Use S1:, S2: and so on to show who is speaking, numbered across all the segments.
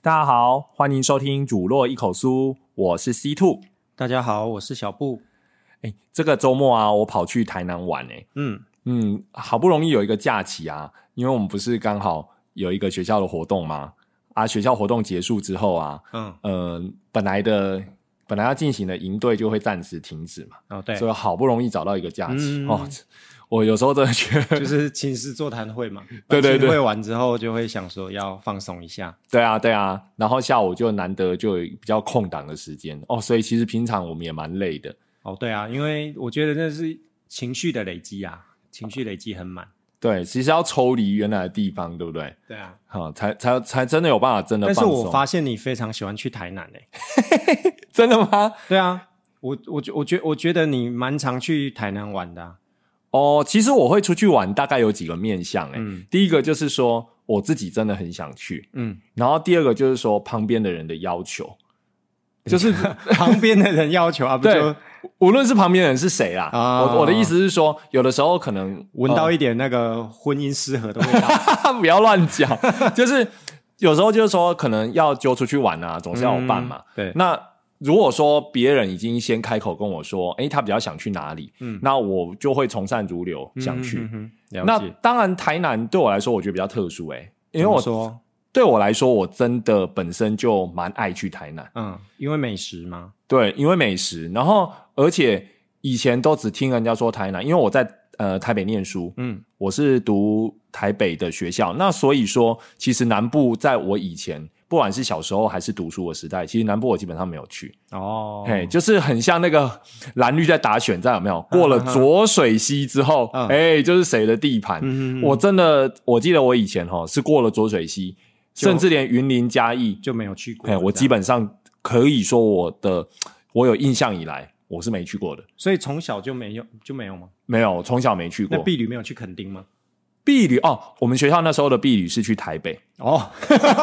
S1: 大家好，欢迎收听《煮落一口酥》，我是 C Two。
S2: 大家好，我是小布。
S1: 哎，这个周末啊，我跑去台南玩哎、
S2: 嗯，
S1: 嗯，好不容易有一个假期啊，因为我们不是刚好有一个学校的活动吗？啊，学校活动结束之后啊，
S2: 嗯，
S1: 呃，本来的本来要进行的营队就会暂时停止嘛，
S2: 哦，对，
S1: 所以好不容易找到一个假期、
S2: 嗯
S1: 哦。我有时候真的觉得，
S2: 就是寝室座谈会 嘛。
S1: 对对对
S2: 班亲会完之后就会想说要放松一下。
S1: 对啊，对啊，然后下午就难得就有比较空档的时间哦，所以其实平常我们也蛮累的，
S2: 哦，对啊，因为我觉得那是情绪的累积啊，情绪累积很满。
S1: 对，其实要抽离原来的地方，对不对？
S2: 对啊，
S1: 好、才才才真的有办法真的
S2: 但
S1: 放
S2: 是
S1: 松。
S2: 我发现你非常喜欢去台南欸诶、
S1: 真的吗？
S2: 对啊，我我觉我觉我觉得你蛮常去台南玩的、啊。
S1: 哦，其实我会出去玩，大概有几个面向、欸。
S2: 嗯
S1: 第一个就是说我自己真的很想去，
S2: 嗯，
S1: 然后第二个就是说旁边的人的要求， 就是
S2: 旁边的人要 求啊，不
S1: 对
S2: 就
S1: 无论是旁边的人是谁啦，
S2: 啊
S1: 我我的意思是说，有的时候可能
S2: 闻到
S1: 一、
S2: 一点那个婚姻失和的味 道。
S1: 呃不要乱讲，就是有时候就是说可能要揪出去玩啊，总是要有伴嘛。
S2: 嗯对，
S1: 那如果说别人已经先开口跟我说，诶，他比较想去哪里，
S2: 嗯
S1: 那我就会从善如流，想去。
S2: 嗯哼哼了
S1: 那
S2: 解。
S1: 当然，台南对我来说，我觉得比较特殊诶、因为
S2: 怎么
S1: 我
S2: 说，
S1: 对我来说，我真的本身就蛮爱去台南，
S2: 嗯，因为美食嘛，
S1: 对，因为美食，然后而且以前都只听人家说台南，因为我在呃台北念书，
S2: 嗯
S1: 我是读台北的学校，那所以说，其实南部在我以前，不管是小时候还是读书的时代，其实南部我基本上没有去，
S2: 哦，
S1: 嘿，就是很像那个蓝绿在打选战，有没有？过了
S2: 嗯嗯嗯
S1: 浊水溪之后，哎、
S2: 嗯
S1: 就是谁的地盘？
S2: 嗯
S1: 我真的，我记得我以前哈是过了浊水溪，
S2: 就
S1: 甚至连云林嘉义，
S2: 就没有去过。
S1: 哎，我
S2: 这样
S1: 基，本上可以说我的，我有印象以来我是没去过的，
S2: 所以从小就没有就没有吗？
S1: 没有，从小没去
S2: 那
S1: 过。
S2: 婢女没有去垦丁吗？
S1: 避旅哦，我们学校那时候的避旅是去台北，
S2: 哦，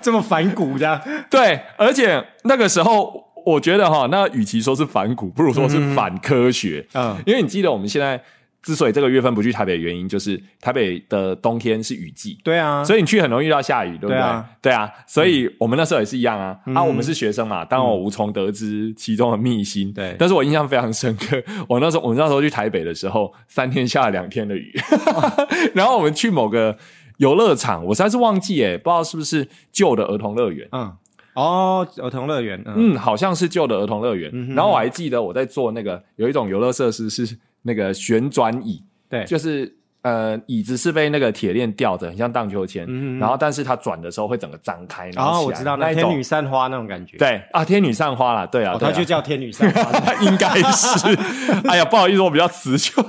S2: 这么反骨的，
S1: 对，而且那个时候我觉得哈，那与其说是反骨，不如说是反科学，
S2: 嗯，
S1: 因为你记得我们现在之所以这个月份不去台北，的原因就是台北的冬天是雨季。
S2: 对啊，
S1: 所以你去很容易遇到下雨，对不对？
S2: 对啊，
S1: 所以我们那时候也是一样啊。啊，
S2: 嗯
S1: 我们是学生嘛，当然我无从得知其中的秘辛。
S2: 对
S1: 但是我印象非常深刻。我那时候我们那时候去台北的时候，三天下了两天的雨，
S2: 哦
S1: 然后我们去某个游乐场，我实在是忘记诶、不知道是不是旧的儿童乐园。
S2: 嗯，哦，儿童乐园，嗯，
S1: 嗯，好像是旧的儿童乐园。
S2: 嗯哼
S1: 然后我还记得我在做那个有一种游乐设施是那个旋转椅，
S2: 对，
S1: 就是呃椅子是被那个铁链吊着，很像荡秋千。
S2: 嗯
S1: 然后但是它转的时候会整个张开，然
S2: 哦，
S1: 后
S2: 我
S1: 起来
S2: 知道
S1: 那
S2: 那
S1: 一
S2: 天
S1: 种
S2: 女散花那种感觉，，
S1: 对啊，天女散花啦，对啊，
S2: 哦，
S1: 对啊
S2: 它就叫天女散花，
S1: 应该是。哎呀，不好意思，我比较词穷。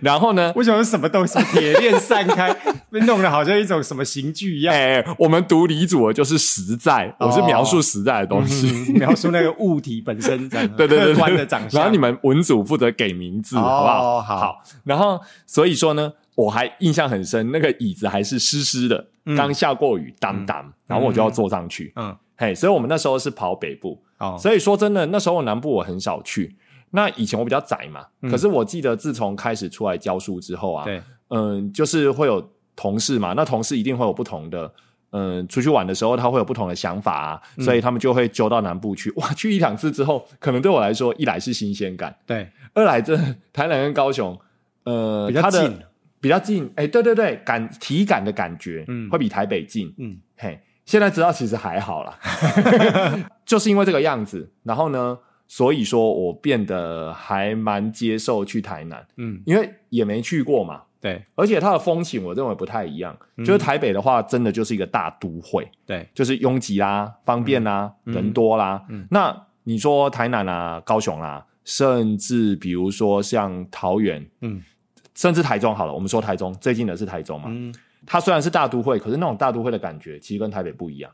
S1: 然后 呢，
S2: 为什么什么东西铁链散开，被弄得好像一种什么刑具一 样？
S1: 哎、我们读理组的就是实在，我是描述实在的东西。
S2: 哦嗯描述那个物体本身，这样
S1: 对对对对
S2: 客观的长相。
S1: 然后你们文组负责给名字，
S2: 哦
S1: 好不好？
S2: 好
S1: 然后所以说呢，我还印象很深，那个椅子还是湿湿的，
S2: 嗯
S1: 刚下过雨，当当，然后我就要坐上去。
S2: 嗯，
S1: 嘿，所以我们那时候是跑北部，
S2: 哦，
S1: 所以说真的，那时候南部我很少去。那以前我比较宅嘛，
S2: 嗯
S1: 可是我记得自从开始出来教书之后啊，
S2: 对，
S1: 嗯，就是会有同事嘛，那同事一定会有不同的，嗯，出去玩的时候他会有不同的想法啊，
S2: 嗯
S1: 所以他们就会揪到南部去。哇，去一两次之后，可能对我来说，一来是新鲜感，
S2: 对，
S1: 二来这台南跟高雄，呃，
S2: 比较
S1: 它的
S2: 近，
S1: 比较近，哎、对对对，感体感的感觉，
S2: 嗯
S1: 会比台北近，
S2: 嗯，
S1: 嘿，现在知道其实还好 啦，就是因为这个样子，然后呢，所以说我变得还蛮接受去台南，
S2: 嗯，
S1: 因为也没去过嘛，
S2: 对，
S1: 而且它的风情我认为不太一样。
S2: 嗯
S1: 就是台北的话，真的就是一个大都会，
S2: 对，
S1: 就是拥挤啦、方便啦、人多啦。
S2: 嗯
S1: 那你说台南啊、高雄啦、甚至比如说像桃园，
S2: 嗯
S1: 甚至台中好了，我们说台中最近的是台中嘛，
S2: 嗯，
S1: 它虽然是大都会，可是那种大都会的感觉其实跟台北不一样。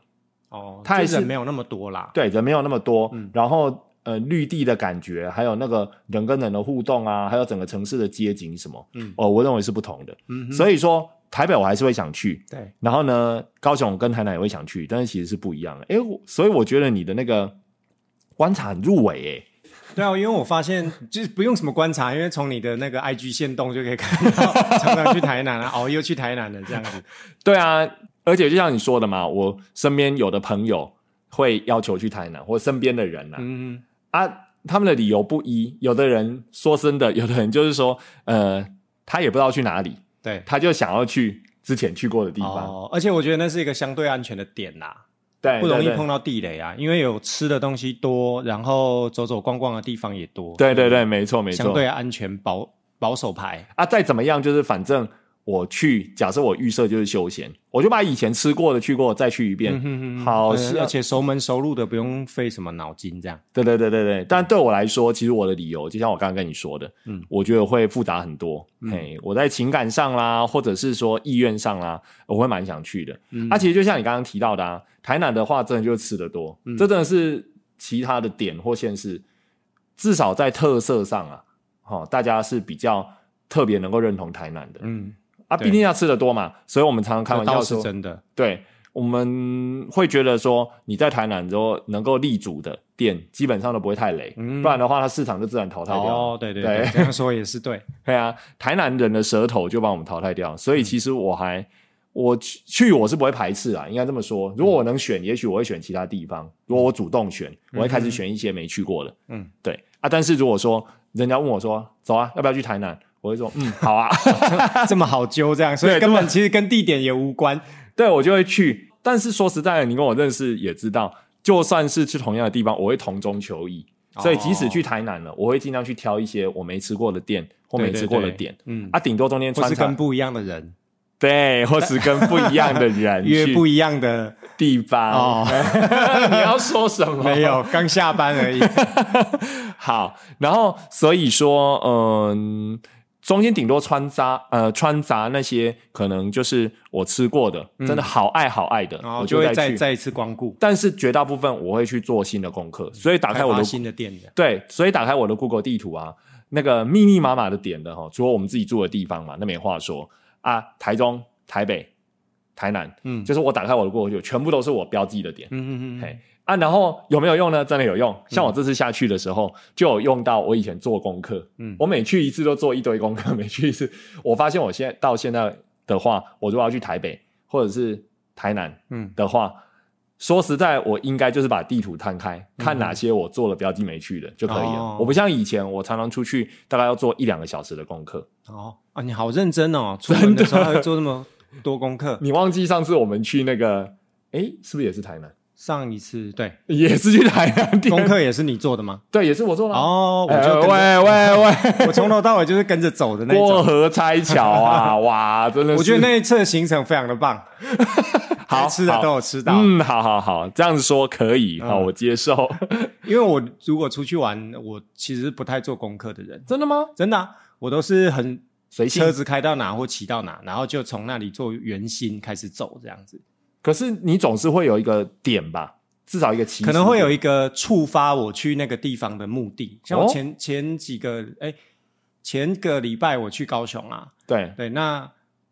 S2: 哦，
S1: 它
S2: 它
S1: 还
S2: 还
S1: 是
S2: 是没有那么多啦。
S1: 对，人没有那么多，
S2: 嗯
S1: 然后呃，绿地的感觉，还有那个人跟人的互动啊，还有整个城市的街景什么，
S2: 嗯
S1: 哦，我认为是不同的。
S2: 嗯哼
S1: 所以说，台北我还是会想去，
S2: 对，
S1: 然后呢，高雄跟台南也会想去，但是其实是不一样的。哎，我所以我觉得你的那个观察很入围哎。
S2: 对啊，因为我发现就是不用什么观察，因为从你的那个 IG 线动就可以看到，常常去台南啊，哦，又去台南了这样子。
S1: 对啊，而且就像你说的嘛，我身边有的朋友会要求去台南，或身边的人呐、
S2: 嗯，
S1: 啊，他们的理由不一，有的人说真的，有的人就是说，呃，他也不知道去哪里，
S2: 对。
S1: 他就想要去之前去过的地方，
S2: 哦，而且我觉得那是一个相对安全的点啦、
S1: 对，
S2: 不容易
S1: 对
S2: 碰。到地雷啊，因为有吃的东西多，然后走走逛逛的地方也多，
S1: 对对对对，没错没
S2: 相
S1: 错。
S2: 对安全保保守牌。
S1: 啊，再怎么样，就是反正我去，假设我预设就是休闲，我就把以前吃过的去过再去一遍，
S2: 嗯
S1: 好
S2: 是，
S1: 是啊
S2: 而且熟门熟路的，不用费什么脑筋这样。
S1: 对对对对对，但对我来说，其实我的理由就像我刚刚跟你说的，嗯
S2: 嗯，
S1: 我觉得会复杂很多。嘿，我在情感上啦，或者是说意愿上啦，我会蛮想去的。
S2: 嗯
S1: 啊，其实就像你刚刚提到的啊，台南的话，真的就是吃的多，
S2: 嗯
S1: 这真的是其他的点或县市，至少在特色上啊，哦，大家是比较特别能够认同台南的、
S2: 嗯，
S1: 啊，
S2: 对
S1: 毕竟要吃的多嘛，所以我们常常开
S2: 这
S1: 玩
S2: 倒
S1: 笑
S2: 是
S1: 说，
S2: 真的。
S1: 对，我们会觉得说你在台南之后能够立足的店，基本上都不会太雷，
S2: 嗯
S1: 不然的话，它市场就自然淘汰掉。
S2: 哦，对对
S1: 对
S2: 对，这样说也是对。
S1: 对啊，台南人的舌头就把我们淘汰掉，所
S2: 嗯
S1: 以其实我还我去去我是不会排斥啊，应该这么说。如果我能
S2: 嗯
S1: 选，也许我会选其他地方。如果我主动选，我会开始选一些没去过的。
S2: 嗯，
S1: 对啊。但是如果说人家问我说走啊，要不要去台南？我会说嗯，好啊。
S2: 这么好揪这样，所
S1: 对
S2: 以根本其实跟地点也无关。
S1: 对我就会去。但是说实在的，你跟我认识也知道，就算是去同样的地方，我会同中求异。
S2: 哦
S1: 所以即使去台南了，我会尽量去挑一些我没吃过的店或
S2: 对
S1: 没吃过的
S2: 对对
S1: 点
S2: 嗯，
S1: 啊，顶多中间
S2: 或
S1: 穿
S2: 是
S1: 插
S2: 跟不一样的人，
S1: 对， 或是跟不一样的人
S2: 约
S1: 去
S2: 不一样 的
S1: 地方。
S2: 哦，
S1: 你要说什么？
S2: 没有，刚下班而已。
S1: 好，然后所以说，嗯、中间顶多穿插呃穿杂那些可能就是我吃过的，
S2: 嗯
S1: 真的好爱好爱的，
S2: 然后
S1: 我
S2: 就会
S1: 再
S2: 再
S1: 去。
S2: 再一次光顾，
S1: 但是绝大部分我会去做新的功课，所以打开
S2: 嗯开
S1: 啊我
S2: 发
S1: 的
S2: 新的店的。
S1: 对，所以打开我的 Google 地图啊，那个密密麻麻的点的哈，除了我们自己住的地方嘛，那没话说啊，台中、台北、台南，
S2: 嗯
S1: 就是我打开我的 Google 地图，全部都是我标记的点。
S2: 嗯嗯嗯
S1: 嘿啊，然后有没有用呢？真的有用。像我这次下去的时候，就有用到我以前做功课。
S2: 嗯
S1: 我每去一次都做一堆功课， 每去一次，我发现我现在到现在的话，我如果要去台北或者是台南，
S2: 嗯
S1: 的话，说实在，我应该就是把地图摊开，看哪些我做了标记没去的就可以了。
S2: 嗯哦
S1: 我不像以前，我常常出去大概要做一两个小时的功课。
S2: 哦啊，你好认真哦！出门的时候还会做这么多 功课。
S1: 你忘记上次我们去那个，诶，是不是也是台南？
S2: 上一次对
S1: 也是去台南地
S2: 功课也是你做 的吗？
S1: 对，也是我做的啊。
S2: 哦，我
S1: 哎
S2: 就跟着
S1: 喂喂喂，
S2: 我从头到尾就是跟着走的 那一
S1: 过
S2: 种。
S1: 河拆桥 啊，哇，真的是，
S2: 我觉得那一次的行程非常的棒，
S1: 好
S2: 该吃的
S1: 好
S2: 都有吃到。嗯
S1: 嗯，好好好，这样说可以，好，我接受。
S2: 因为我如果出去玩，我其实不太做功课的人，
S1: 真的吗？
S2: 真的啊、我都是很
S1: 随性
S2: 车。子开到哪或骑到哪，然后就从那里做圆心开始走这样子。
S1: 可是你总是会有一个点吧，至少一个起始点，
S2: 可能会有一个触发我去那个地方的目的。像我
S1: 哦
S2: 前、前几个哎、前个礼拜我去高雄啊，
S1: 对，
S2: 对，那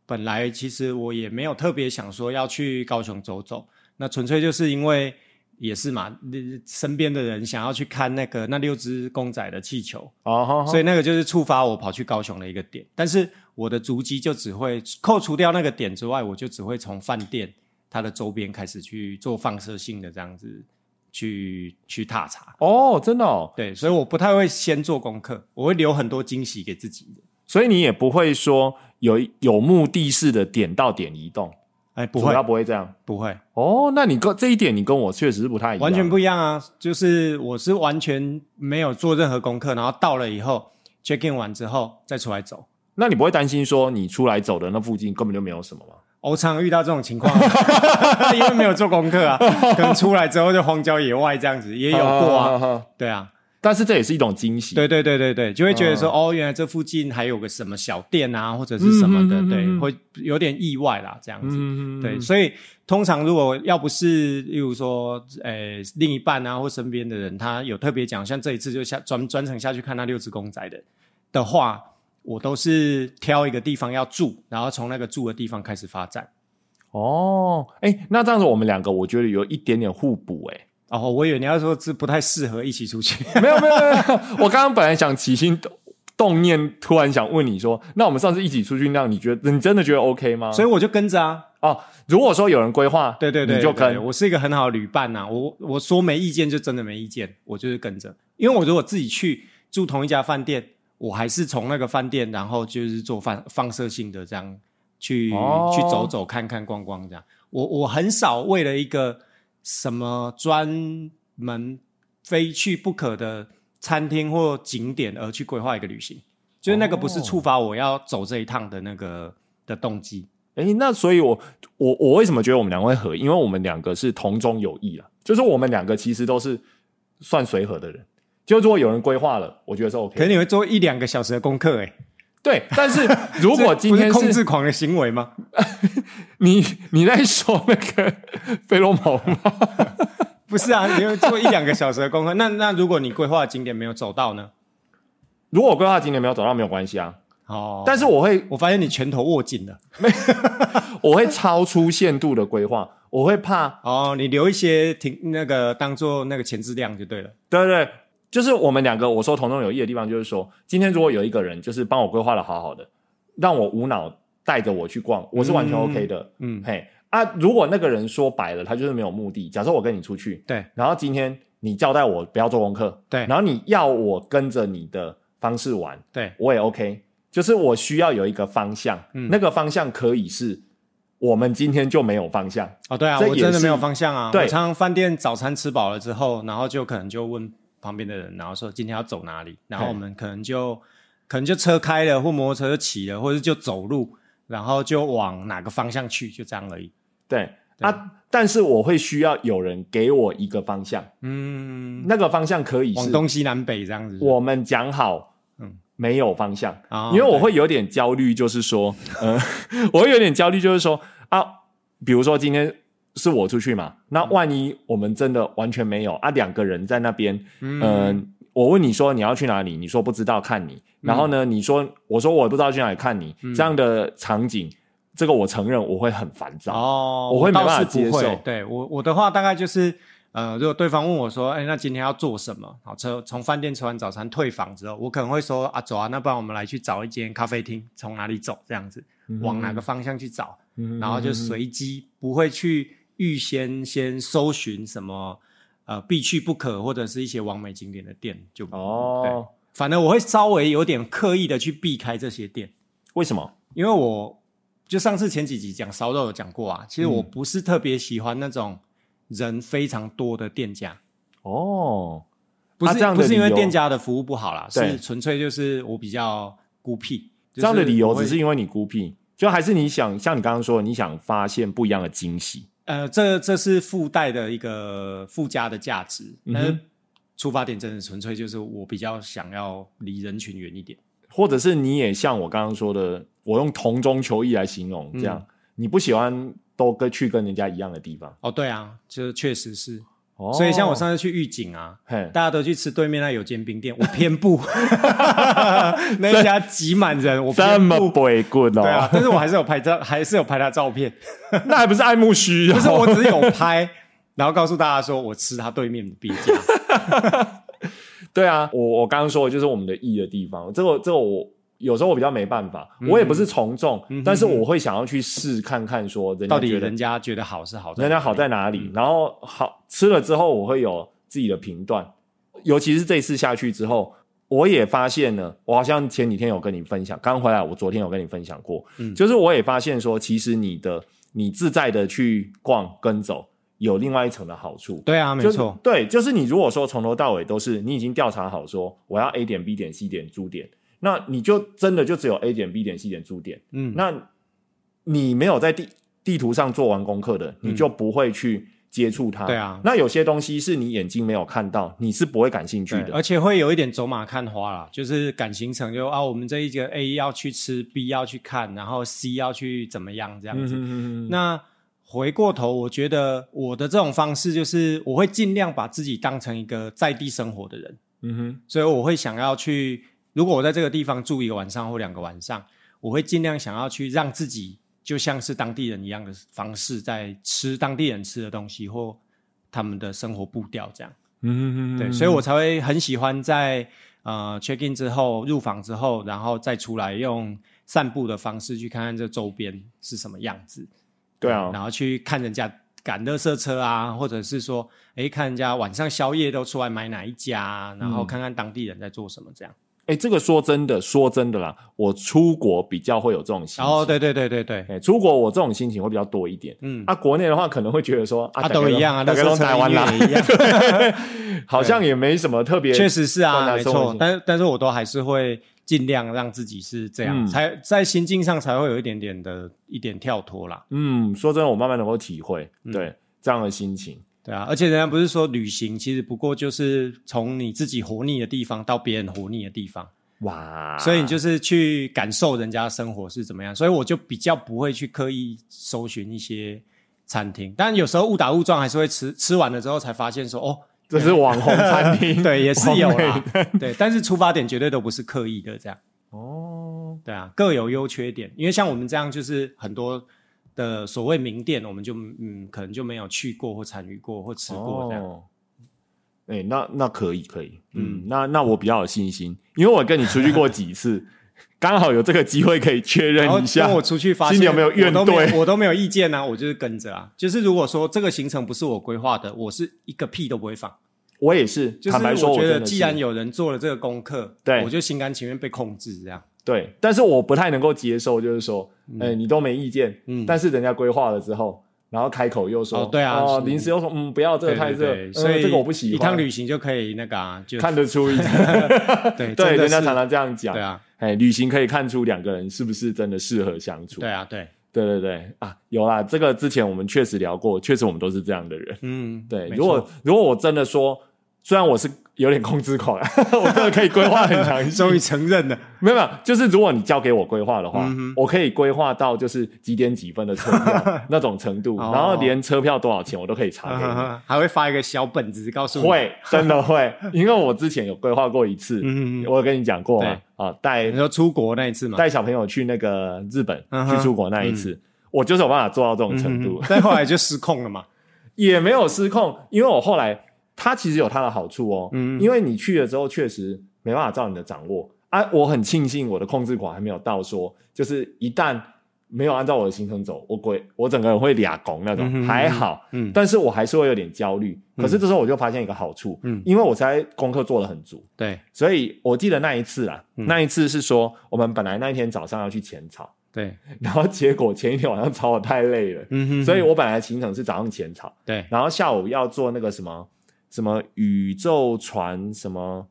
S2: 本来其实我也没有特别想说要去高雄走走，那纯粹就是因为也是嘛，呃身边的人想要去看那个那六只公仔的气球，
S1: 哦，好好
S2: 所以那个就是触发我跑去高雄的一个点。但是我的足迹就只会扣除掉那个点之外，我就只会从饭店它的周边开始去做放射性的这样子去去踏查。
S1: 哦，真的哦，
S2: 对，所以我不太会先做功课，我会留很多惊喜给自己的。
S1: 所以你也不会说有有目的式的点到点移动，
S2: 哎，不
S1: 主
S2: 会
S1: 要，不会这样。
S2: 不会，
S1: 哦，那你跟这一点你跟我确实是不太一样，
S2: 完全不一样啊！就是我是完全没有做任何功课，然后到了以后 check in 完之后再出来走。
S1: 那你不会担心说你出来走的那附近根本就没有什么吗？
S2: 我常遇到这种情况， 因为没有做功课啊，可能出来之后就荒郊野外这样子也有过啊。
S1: 啊，
S2: 对啊，
S1: 但是这也是一种惊喜。
S2: 对对对对对，就会觉得说、哦，原来这附近还有个什么小店啊，或者是什么的，
S1: 嗯嗯嗯嗯
S2: 对，
S1: 嗯
S2: 会有点意外啦，这样子。
S1: 嗯，嗯，嗯
S2: 对，，所以通常如果要不是，例如说，呃，另一半啊或身边的人，他有特别讲，像这一次就下专专程下去看那六只公仔的的话，我都是挑一个地方要住，然后从那个住的地方开始发展。
S1: 哦，哎，那这样子我们两个我觉得有一点点互补、诶
S2: 哦，我以为你要说这不太适合一起出去。
S1: 哎，没有没有没有， 没有我刚刚本来想起心动动念，突然想问你说，那我们上次一起出去那样，你觉得你真的觉得 OK 吗？
S2: 所
S1: 以
S2: 以我就跟着啊，
S1: 哦，如果说有人规划，
S2: 对对对，
S1: 你就
S2: 对对
S1: 跟
S2: 我是一个很好的旅伴呐、我我说没意见就真的没意见，我就是跟着，因为我如果自己去住同一家饭店，我还是从那个饭店，然后就是做放放射性的这样去、
S1: 哦
S2: 去走走看看逛逛这样。我我很少为了一个什么专门非去不可的餐厅或景点而去规划一个旅行，就是那个不是
S1: 哦
S2: 触发我要走这一趟的那个的动机。
S1: 诶，哎那所以我，我我为什么觉得我们两个会合？因为我们两个是同中有异啊，就是我们两个其实都是算随和的人。就如果有人规划了，我觉得是
S2: 可
S1: OK。
S2: 能你会做一两个小时的功课、欸，
S1: 对，但是如
S2: 这
S1: 果今天
S2: 不是控
S1: 是
S2: 制狂的行为吗？
S1: 你你在说那个 飞龙毛吗？
S2: 不是啊，你要做一两个小时的功课。那 那如果你规划的景点没有走到呢？
S1: 如果我规划今年没有走到，没有关系啊。
S2: 哦，
S1: 但是我会
S2: 我发现你拳头握紧了。
S1: 我会超出限度的规划， 我会怕
S2: 哦，你留一些停那个当做那个前置量就对了。
S1: 对对，对就是我们两个，我说同中有异的地方，就是说，今天如果有一个人就是帮我规划的好好的，让我无脑带着我去逛，我是完全
S2: 嗯
S1: OK 的。
S2: 嗯，
S1: 嘿啊，如果那个人说白了，他就是没有目的。假设我跟你出去，
S2: 对
S1: 然后今天你交代我不要做功课，
S2: 对
S1: 然后你要我跟着你的方式玩，
S2: 对，
S1: 我也 OK。就是我需要有一个方向，
S2: 嗯
S1: 那个方向可以是我们今天就没有方向，
S2: 哦对啊，
S1: 这也
S2: 我真的
S1: 是
S2: 没有方向啊。
S1: 对
S2: 我常常饭店早餐吃饱了之后，然后就可能就问旁边的人，然后说今天要走哪里，然后我们可能就可能就车开了，或摩托车就骑了，或者就走路，然后就往哪个方向去，就这样而已。
S1: 对
S2: 对
S1: 啊。但是我会需要有人给我一个方向，
S2: 嗯，
S1: 那个方向可以
S2: 往
S1: 是
S2: 东西南北这样子。
S1: 我们讲好，
S2: 嗯
S1: 没有方向，
S2: 啊
S1: 因为我会有点焦虑，就是说，呃， 我会有点焦虑，就是说啊，比如说今天是我出去嘛，那
S2: 嗯
S1: 万一我们真的完全没有啊，两个人在那边，嗯、我问你说你要去哪里，你说不知道，看你，
S2: 嗯
S1: 然后呢，你说我说我不知道去哪里看你，这样的场景，这个我承认我会很烦躁，
S2: 哦，
S1: 我会没
S2: 倒
S1: 办法
S2: 是不
S1: 接
S2: 会
S1: 受
S2: 对我我的话大概就是，呃，如果对方问我说，哎，那今天要做什么？好，车从饭店吃完早餐退房之后，我可能会说啊，走啊，那不然我们来去找一间咖啡厅，从哪里走这样子，往哪个方向去找，
S1: 嗯
S2: 然后就随机，不会去预先先搜寻什么。呃，必去不可，或者是一些完美景点的店，就对
S1: 哦，
S2: 反正我会稍微有点刻意的去避开这些店。
S1: 为什么？
S2: 因为我就上次前几集讲烧肉有讲过啊，其实我不是特别喜欢那种人非常多的店家，
S1: 哦，
S2: 不是、
S1: 啊这样的
S2: 不是因为
S1: 理由
S2: 店家的服务不好啦，
S1: 对
S2: 是纯粹就是我比较孤僻。就是
S1: 这样的理由
S2: 我会
S1: 只是因为你孤僻，就还是你想像你刚刚说的，你想发现不一样的惊喜。
S2: 呃，这这是附带的一个附加的价值，
S1: 嗯哼
S2: 但是出发点真的纯粹就是我比较想要离人群远一点。
S1: 或者是你也像我刚刚说的，我用同中求异来形容，这样、
S2: 嗯
S1: 你不喜欢都跟去跟人家一样的地方，
S2: 哦，对啊，这确实是，
S1: 哦
S2: 所以像我上次去预警啊，
S1: 嘿，
S2: 大家都去吃对面那有煎饼店，我偏不， 那一家挤满人，我
S1: 这
S2: 偏
S1: 么
S2: 不。
S1: 鬼棍哦，
S2: 对啊，但是我还是有拍照，还是有拍他照 片，
S1: 那还不是爱慕虚
S2: 不
S1: 荣？
S2: 是我只是有拍，然后告诉大家说我吃他对面的别 家。
S1: 对啊，我我刚刚说的就是我们的异的地方，这个这个我有时候我比较没办法，
S2: 嗯
S1: 我也不是从众，但是我会想要去试看看，说人家
S2: 到底
S1: 觉得
S2: 人家觉得好是好在哪
S1: 人
S2: 里，
S1: 家好在哪
S2: 嗯
S1: 里，然后好吃了之后，我会有自己的评断。尤其是这一次下去之后，我也发现了，我好像前几天有跟你分享，刚回来，我昨天有跟你分享过，
S2: 嗯
S1: 就是我也发现说，其实你的你自在的去逛跟走，有另外一层的好处。
S2: 对啊，没
S1: 就是
S2: 错，
S1: 对，就是你如果说从头到尾都是你已经调查好说我要 A 点 B 点 C 点租点，那你就真的就只有 A 点 B 点 C 点租点，
S2: 嗯，
S1: 那你没有在地地图上做完功课的，你就不会去接触它。
S2: 嗯对啊
S1: 那有些东西是你眼睛没有看到，你是不会感兴趣
S2: 对，
S1: 的。
S2: 而且会有一点走马看花啦，就是赶行程就啊，我们这一个 A 要去吃，B 要去看，然后 C 要去怎么样这样子。
S1: 嗯，
S2: 那回过头，我觉得我的这种方式就是，我会尽量把自己当成一个在地生活的人，
S1: 嗯哼，
S2: 所以我会想要去如果我在这个地方住一个晚上或两个晚上，我会尽量想要去让自己就像是当地人一样的方式，在吃当地人吃的东西或他们的生活步调这样。
S1: 嗯嗯嗯，
S2: 对，所以我才会很喜欢在呃 check in 之后入房之后，然后再出来用散步的方式去看看这周边是什么样子。
S1: 对啊，
S2: 然后去看人家赶垃圾车啊，或者是说，哎，看人家晚上宵夜都出来买哪一家啊，
S1: 嗯
S2: 然后看看当地人在做什么这样。
S1: 哎、这个说真的，说真的啦，我出国比较会有这种心情。
S2: 然后，哦对对对对对，
S1: 哎、出国我这种心情会比较多一点。
S2: 嗯，
S1: 啊，国内的话可能会觉得说啊，
S2: 啊
S1: 大家
S2: 都一样啊，
S1: 大
S2: 垃
S1: 家都
S2: 圾车
S1: 台湾
S2: 音
S1: 啦，
S2: 乐也一样，
S1: 好像 也没什么特别。
S2: 确，实是
S1: 观察
S2: 啊，没
S1: 生活
S2: 错
S1: 形。
S2: 但但是我都还是会尽量让自己是这样，
S1: 嗯
S2: 才在心境上才会有一点点的一点跳脱啦。
S1: 嗯，说真的，我慢慢能够体会，
S2: 嗯
S1: 对这样的心情。
S2: 对啊，而且人家不是说旅行其实不过就是从你自己活腻的地方到别人活腻的地方。
S1: 哇，
S2: 所以你就是去感受人家生活是怎么样，所以我就比较不会去刻意搜寻一些餐厅，但有时候误打误撞还是会吃，吃完了之后才发现说哦，
S1: 这是网红餐厅，
S2: 对，也是有啦
S1: 完，
S2: 对，但是出发点绝对都不是刻意的这样，
S1: 哦，
S2: 对啊，各有优缺点，因为像我们这样就是很多的所谓名店，我们就嗯可能就没有去过或参与过或吃过这样，
S1: 哦哎、那那可以可以，嗯
S2: 嗯，
S1: 那那我比较有信心，因为我跟你出去过几次， 刚好有这个机会可以确
S2: 然后
S1: 认一下
S2: 当。我出去发现，
S1: 心里有没有怨
S2: 我都没
S1: 怼
S2: 有我都没有意见啊，我就是跟着啊。就是如果说这个行程不是我规划的，我是一个屁都不会放。
S1: 我也是，
S2: 就是
S1: 坦白说，
S2: 觉得
S1: 真的是
S2: 既然有人做了这个功课，
S1: 对
S2: 我就心甘情愿被控制这样。
S1: 对，但是我不太能够接受，就是说，呃，你都没意见，
S2: 嗯
S1: 但是人家规划了之后，然后开口又说，
S2: 哦对啊
S1: 哦
S2: 是
S1: 临时又说，嗯，不要这个太热，
S2: 对对对
S1: 嗯
S2: 所以
S1: 这个我不喜欢。
S2: 一趟旅行就可以那个啊，就
S1: 看得出一， 对，
S2: 对真的
S1: 人家
S2: 是
S1: 常常这样讲
S2: 对，啊，
S1: 哎，旅行可以看出两个人是不是真的适合相处。
S2: 对啊，对，
S1: 对对对啊，有啦，这个之前我们确实聊过，确实我们都是这样的人。
S2: 嗯，
S1: 对，
S2: 没
S1: 如果
S2: 错
S1: 如果我真的说，虽然我是有点控制狂， 我真的可以规划很详细，
S2: 终于承认了，
S1: 没有没有，就是如果你交给我规划的话，
S2: 嗯哼
S1: 我可以规划到就是几点几分的车 票那种程度，
S2: 哦嗯
S1: 然后连车票多少钱我都可以查给你。
S2: 还会发一个小本子告诉你，
S1: 会，真的会，因为我之前有规划过一次，
S2: 嗯嗯嗯嗯
S1: 我有跟你讲过嘛，啊，带
S2: 你说出国那一次嘛，
S1: 带小朋友去那个日本、
S2: 嗯
S1: 去
S2: 哼
S1: 出国那一次，我就是有办法做到这种程度，
S2: 嗯但后来就失控了嘛，
S1: 也没有失控，因为我后来它其实有它的好处哦，
S2: 嗯
S1: 因为你去了之后确实没办法照你的掌握啊，我很庆幸我的控制狂还没有到说，就是一旦没有按照我的行程走，我鬼我整个人会俩拱那种，
S2: 嗯哼
S1: 还好，
S2: 嗯
S1: 但是我还是会有点焦虑。可是这时候我就发现一个好处，
S2: 嗯
S1: 因为我才功课做得很足，
S2: 对
S1: 所以我记得那一次啊，
S2: 嗯
S1: 那一次是说我们本来那一天早上要去浅草，
S2: 对，
S1: 然后结果前一天晚上草我太累了，
S2: 嗯哼
S1: 所以我本来行程是早上浅草。
S2: 对，
S1: 然后下午要做那个什么什么宇宙船什么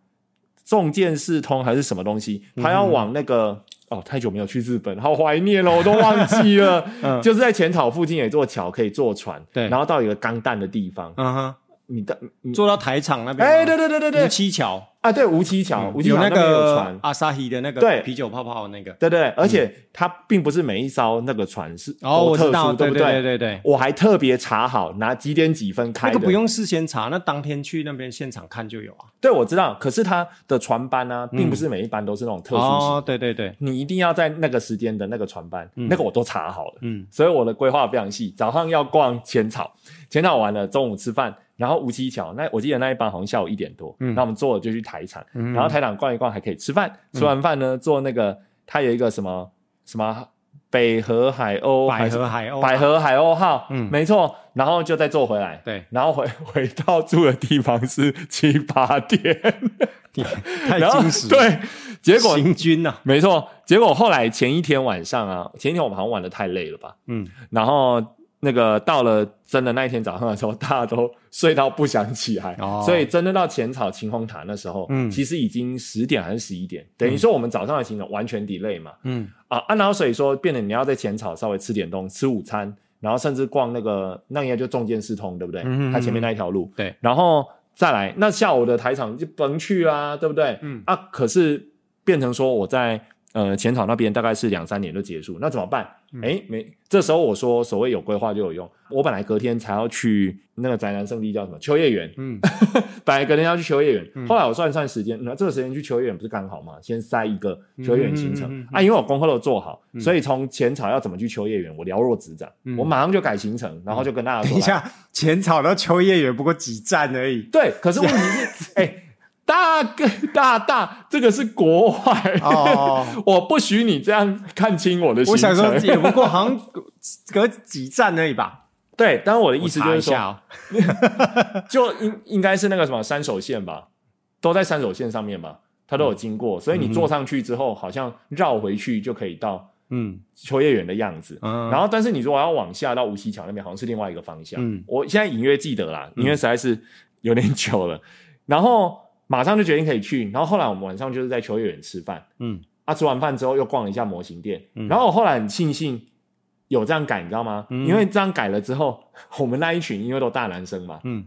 S1: 重剑四通还是什么东西，
S2: 嗯
S1: 他要往那个、哦，太久没有去日本，好怀念哦，我都忘记了。
S2: 嗯
S1: 就是在浅草附近有一座桥可以坐船，
S2: 对
S1: 然后到一个钢弹的地方，
S2: 嗯哼，
S1: 你的你
S2: 坐到台场那边吗，
S1: 哎，对对对对
S2: 无
S1: 对
S2: 七桥，
S1: 啊，对吴七桥，吴七
S2: 有
S1: 桥
S2: 那
S1: 边有船
S2: 个。阿啊萨希的那
S1: 对
S2: 个啤酒泡泡那个，
S1: 对对，对而且它并不是每一艘那个船是
S2: 哦，
S1: 都
S2: 我
S1: 特殊，
S2: 知道，
S1: 对
S2: 对
S1: 不
S2: 对对对。
S1: 我还特别查好哪几点几分开
S2: 那
S1: 的，
S2: 个不用事先查，那当天去那边现场看就有啊。
S1: 对，我知道，可是它的船班呢、并不是每一班都是那种特殊型，，
S2: 哦对对对，
S1: 你一定要在那个时间的那个船班，那个我都查好了，
S2: 嗯
S1: 所以我的规划非常细。早上要逛浅草，浅草完了，中午吃饭，然后无锡桥，那我记得那一班好像下午一点多，嗯，那我们坐了就去台场，
S2: 嗯
S1: 然后台场逛一逛还可以吃饭，吃完饭呢，坐那个它有一个什么什么北河海鸥，
S2: 百
S1: 还是
S2: 合海鸥，
S1: 百合海鸥号，嗯，
S2: 嗯
S1: 没错，然后就再坐回来，
S2: 对，
S1: 然后回回到住的地方是七八点，
S2: 太
S1: 然后
S2: 惊喜，，
S1: 对，结果
S2: 行军啊呐，
S1: 没错，结果后来前一天晚上啊，前一天我们好像玩的太累了吧，
S2: 嗯，
S1: 然后那个到了真的那一天早上的时候，大家都睡到不想起来，
S2: 哦
S1: 所以真的到浅草晴空塔那时候，
S2: 嗯
S1: 其实已经十点还是十一点，等于说我们早上的行程完全 delay 嘛，
S2: 嗯，
S1: 啊啊，然后所以说变得你要在浅草稍微吃点东西，吃午餐，然后甚至逛那个那应该就中间四通，对不对？
S2: 嗯嗯嗯
S1: 它前面那一条路，
S2: 对，
S1: 然后再来那下午的台场就甭去啦、对不对？
S2: 嗯
S1: 啊，可是变成说我在。呃浅草那边大概是两三年就结束，那怎么办？
S2: 嗯
S1: 哎、没，这时候我说所谓有规划就有用。我本来隔天才要去那个宅男圣地叫什么秋叶原，
S2: 嗯，
S1: 本来隔天要去秋叶原，后来我算一算时间，那、这个时间去秋叶原不是刚好吗？先塞一个秋叶原行程、
S2: 嗯嗯嗯嗯
S1: 啊，因为我功课都做好，所以从浅草要怎么去秋叶原，我了若指掌，
S2: 嗯
S1: 我马上就改行程，然后就跟大家说，
S2: 等一下，浅草到秋叶原不过几站 而已。
S1: 对，可是问题是， 哎、大哥大大，这个是国外，
S2: 哦，
S1: 我不许你这样看清我的行
S2: 我想
S1: 程。
S2: 说也不过好像隔几站而已吧。
S1: 对，当然 我的意思就
S2: 我查
S1: 是
S2: 一下
S1: 说，
S2: 哦，
S1: 就应应该是那个什么山手线吧，都在山手线上面嘛，它
S2: 嗯
S1: 都有经过，所以你坐上去之后，好像绕回去就可以到
S2: 嗯
S1: 秋叶原的样子。
S2: 嗯，
S1: 然后，但是你如果要往下到无锡桥那边，好像是另外一个方向。
S2: 嗯
S1: 我现在隐约记得啦，因为实在是有点久了。 然后马上就决定可以去。然后后来我们晚上就是在秋叶原吃饭，
S2: 嗯
S1: 啊，吃完饭之后又逛了一下模型店。
S2: 嗯
S1: 然后我后来很庆幸有这样改，你知道吗？
S2: 嗯
S1: 因为这样改了之后， 我们那一群因为都大男生嘛，
S2: 嗯，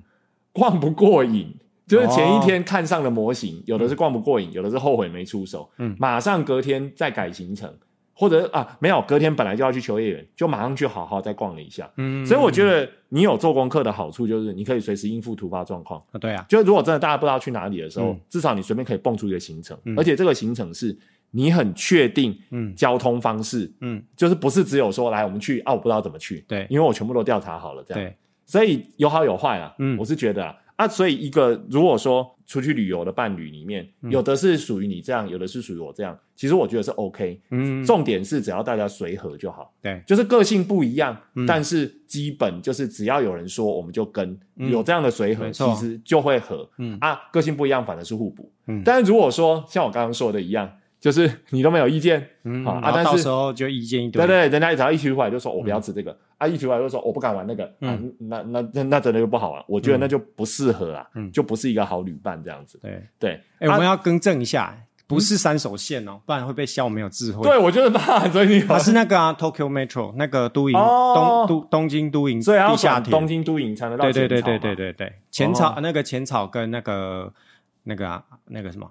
S1: 逛不过瘾。就是前一天看上的模型，有的是逛不过瘾，有的是后悔没出手，
S2: 哦嗯
S1: 马上隔天再改行程，或者啊没有，隔天本来就要去秋叶原，就马上去好好再逛了一下。
S2: 嗯，
S1: 所以我觉得你有做功课的好处就是，你可以随时应付突发状况。
S2: 啊对啊，
S1: 就是如果真的大家不知道去哪里的时候，
S2: 嗯
S1: 至少你随便可以蹦出一个行程，
S2: 嗯
S1: 而且这个行程是你很确定
S2: 嗯
S1: 交通方式，
S2: 嗯，
S1: 就是不是只有说来我们去啊，我不知道怎么去，
S2: 对
S1: 因为我全部都调查好了这样。
S2: 对，
S1: 所以有好有坏啊，
S2: 嗯
S1: 我是觉得啊，啊，所以一个如果说出去旅游的伴侣里面，
S2: 嗯
S1: 有的是属于你这样，有的是属于我这样，其实我觉得是 OK，
S2: 嗯
S1: 重点是只要大家随和就好。
S2: 对，
S1: 就是个性不一样，
S2: 嗯
S1: 但是基本就是只要有人说我们就跟，
S2: 嗯
S1: 有这样的随和，
S2: 没
S1: 其
S2: 错
S1: 实就会合。
S2: 嗯
S1: 啊，个性不一样反而是互补。
S2: 嗯
S1: 但是如果说像我刚刚说的一样，就是你都没有意见，
S2: 嗯
S1: 好啊
S2: 然后
S1: 但
S2: 到
S1: 是
S2: 时候嗯就意见一
S1: 对
S2: 堆，
S1: 对，人家只要一提出来就说我不要吃这个，啊，一提出来就说我不敢玩那
S2: 嗯
S1: 个，啊，那那那那真的就不好玩，我觉得那就不适合啊，
S2: 嗯
S1: 就不是一个好旅伴这样子。
S2: 对，
S1: 对，
S2: 哎，
S1: 啊嗯
S2: 我们要更正一下，不是三手线哦，不然会被笑没有智慧。
S1: 对，我就是怕，所以你
S2: 它嗯是那个啊，Tokyo Metro 那个都营
S1: 哦
S2: 东都东京都营
S1: 所以要
S2: 地下
S1: 选
S2: 铁，
S1: 东京都营才能到
S2: 对对对
S1: 浅草嘛
S2: 对
S1: 哦
S2: 对对对，浅草、那个浅草跟那个那个啊那个什么，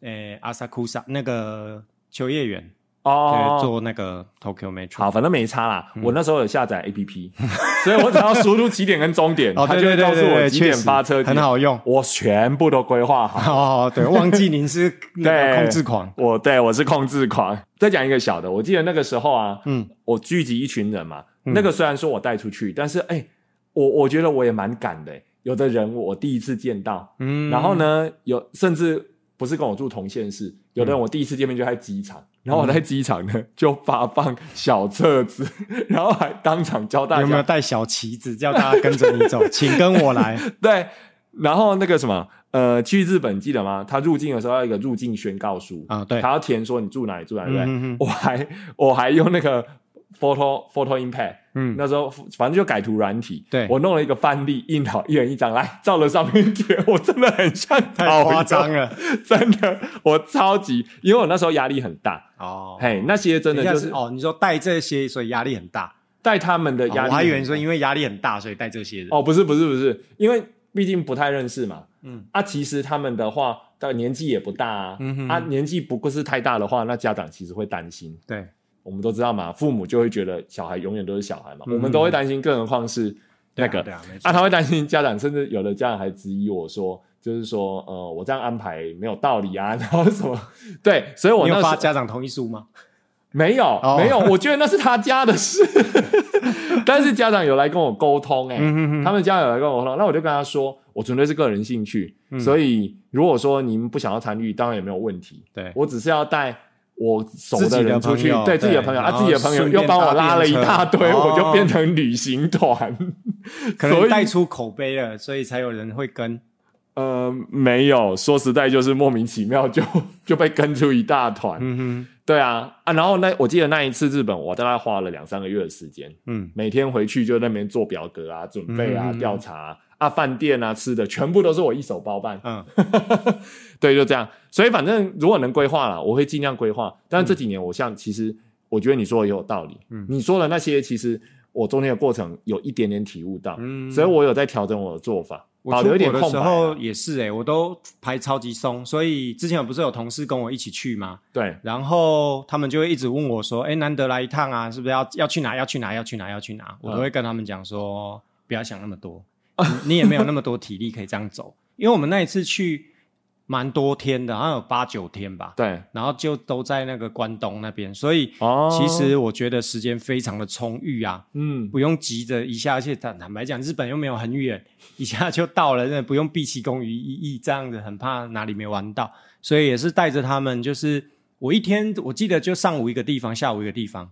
S2: 诶阿萨库萨那个秋叶原，
S1: 哦
S2: 对，，坐那个 Tokyo Metro。
S1: 好，反正没差
S2: 嗯
S1: 啦。我那时候有下载 APP，所 以我只要输入起点跟终点，
S2: 哦，
S1: 它
S2: 对
S1: 就
S2: 对
S1: 会告
S2: 对
S1: 诉
S2: 对
S1: 我
S2: 对，
S1: 几
S2: 确
S1: 点
S2: 实
S1: 发车，
S2: 很，好用。
S1: 我全部都规划 好。
S2: 哦，对，忘记您是那
S1: 对
S2: 个控制狂。
S1: 我对我是控制狂。再讲一个小的，我记得那个时候啊，
S2: 嗯，
S1: 我聚集一群人嘛，那个虽然说我带出去，但是哎、我我觉得我也蛮赶的、有的人我第一次见到，
S2: 嗯，
S1: 然后呢，有甚至不是跟我住同县市，有
S2: 嗯
S1: 的人我第一次见面就在机场，然后我在机场呢 就发放小册子， 然后还当场教大
S2: 有没
S1: 家
S2: 有带小旗子叫大家跟着 你走？请跟我来。
S1: 对，然后那个什么。呃，去日本记得吗？他入境的时候要一个入境宣告书
S2: 啊对
S1: 他要填说你住哪里住哪里，对不对？
S2: 嗯嗯嗯
S1: 我还我还用那个 photo photo impact，
S2: 嗯，
S1: 那时候反正就改图软体，
S2: 对
S1: 我弄了一个范例，印好一人一张来照了上面贴，我真的很像
S2: 太夸
S1: 导
S2: 张啊
S1: 游，
S2: 了。
S1: 真的，我超级，因为我那时候压力很大，
S2: 哦，
S1: 嘿，那些真的
S2: 等一
S1: 就
S2: 下
S1: 是
S2: 哦，你说带这些，所以压力很大。
S1: 带他们的压力很
S2: 哦我
S1: 大，
S2: 还以为你说因为压力很大，所以带这些人。
S1: 哦，不是不是不是，因为毕竟不太认识嘛，
S2: 嗯
S1: 啊，其实他们的话，的年纪也不大啊，
S2: 嗯哼
S1: 啊，年纪不过是太大的话，那家长其实会担心，
S2: 对，
S1: 我们都知道嘛，父母就会觉得小孩永远都是小孩嘛，
S2: 嗯
S1: 我们都会担心，更何况是那个
S2: 对啊，对啊没错
S1: 啊，他会担心家长，甚至有的家长还质疑我说，就是说，呃，我这样安排没有道理啊，然后什么？对，所以我
S2: 你
S1: 那时
S2: 有发
S1: 候
S2: 家长同意书吗？
S1: 没有、
S2: 哦
S1: 没有，我觉得那是他家的 事，但是家长有来跟我沟通、欸，哎、
S2: 嗯
S1: 他们家有来跟我沟通，那我就跟他说，我纯粹是个人兴趣，所以如果说你们不想要参与，当然也没有问题，
S2: 对，
S1: 我只是要带我熟
S2: 自己的
S1: 人出去
S2: 朋，友
S1: 对自己的
S2: 对
S1: 朋友
S2: 然
S1: 啊，
S2: 后
S1: 自己的朋友
S2: 顺
S1: 又
S2: 便
S1: 帮我拉了一大
S2: 搭便车
S1: 堆，我就
S2: 哦
S1: 变成旅行团。
S2: 可
S1: 所
S2: 能
S1: 以
S2: 带出口碑了，所以才有人会跟。
S1: 呃，没有，说实在就是莫名其妙就 就被跟出一大团。
S2: 嗯哼，
S1: 对啊啊，然后那我记得那一次日本，我大概花了两三个月的时间，
S2: 嗯，
S1: 每天回去就那边做表格啊、准备啊、
S2: 嗯
S1: 调查啊啊、饭店啊、吃的，全部都是我一手包办。
S2: 嗯，
S1: 对，就这样。所以反正如果能规划了，我会尽量规划。但是这几年，我像其实我觉得你说的也有道理，
S2: 嗯
S1: 你说的那些其实我中间的过程有一点点体悟到，
S2: 嗯
S1: 所以我有在调整我的做法。
S2: 我
S1: 保
S2: 出
S1: 留一点
S2: 国的
S1: 空
S2: 时
S1: 白
S2: 候
S1: 啊
S2: 也是哎、我都排超级松，所以之前不是有同事跟我一起去吗？
S1: 对，
S2: 然后他们就会一直问我说：“哎，难得来一趟啊，是不是要要去哪？要去哪？要去哪？要去哪？”我都会跟他们讲说：“不要想那么多， 你你也没有那么多体力可以这样走。”因为我们那一次去蛮多天的，好像有八九天吧，
S1: 对，
S2: 然后就都在那个关东那边，所以
S1: 哦，
S2: 其实我觉得时间非常的充裕啊。
S1: 嗯，
S2: 不用急着一下，而且坦坦白讲，日本又没有很远， 一下就到了，真的不用毕其功于一役，这样子很怕哪里没玩到，所以也是带着他们，就是我一天我记得就上午一个地方，下午一个地方，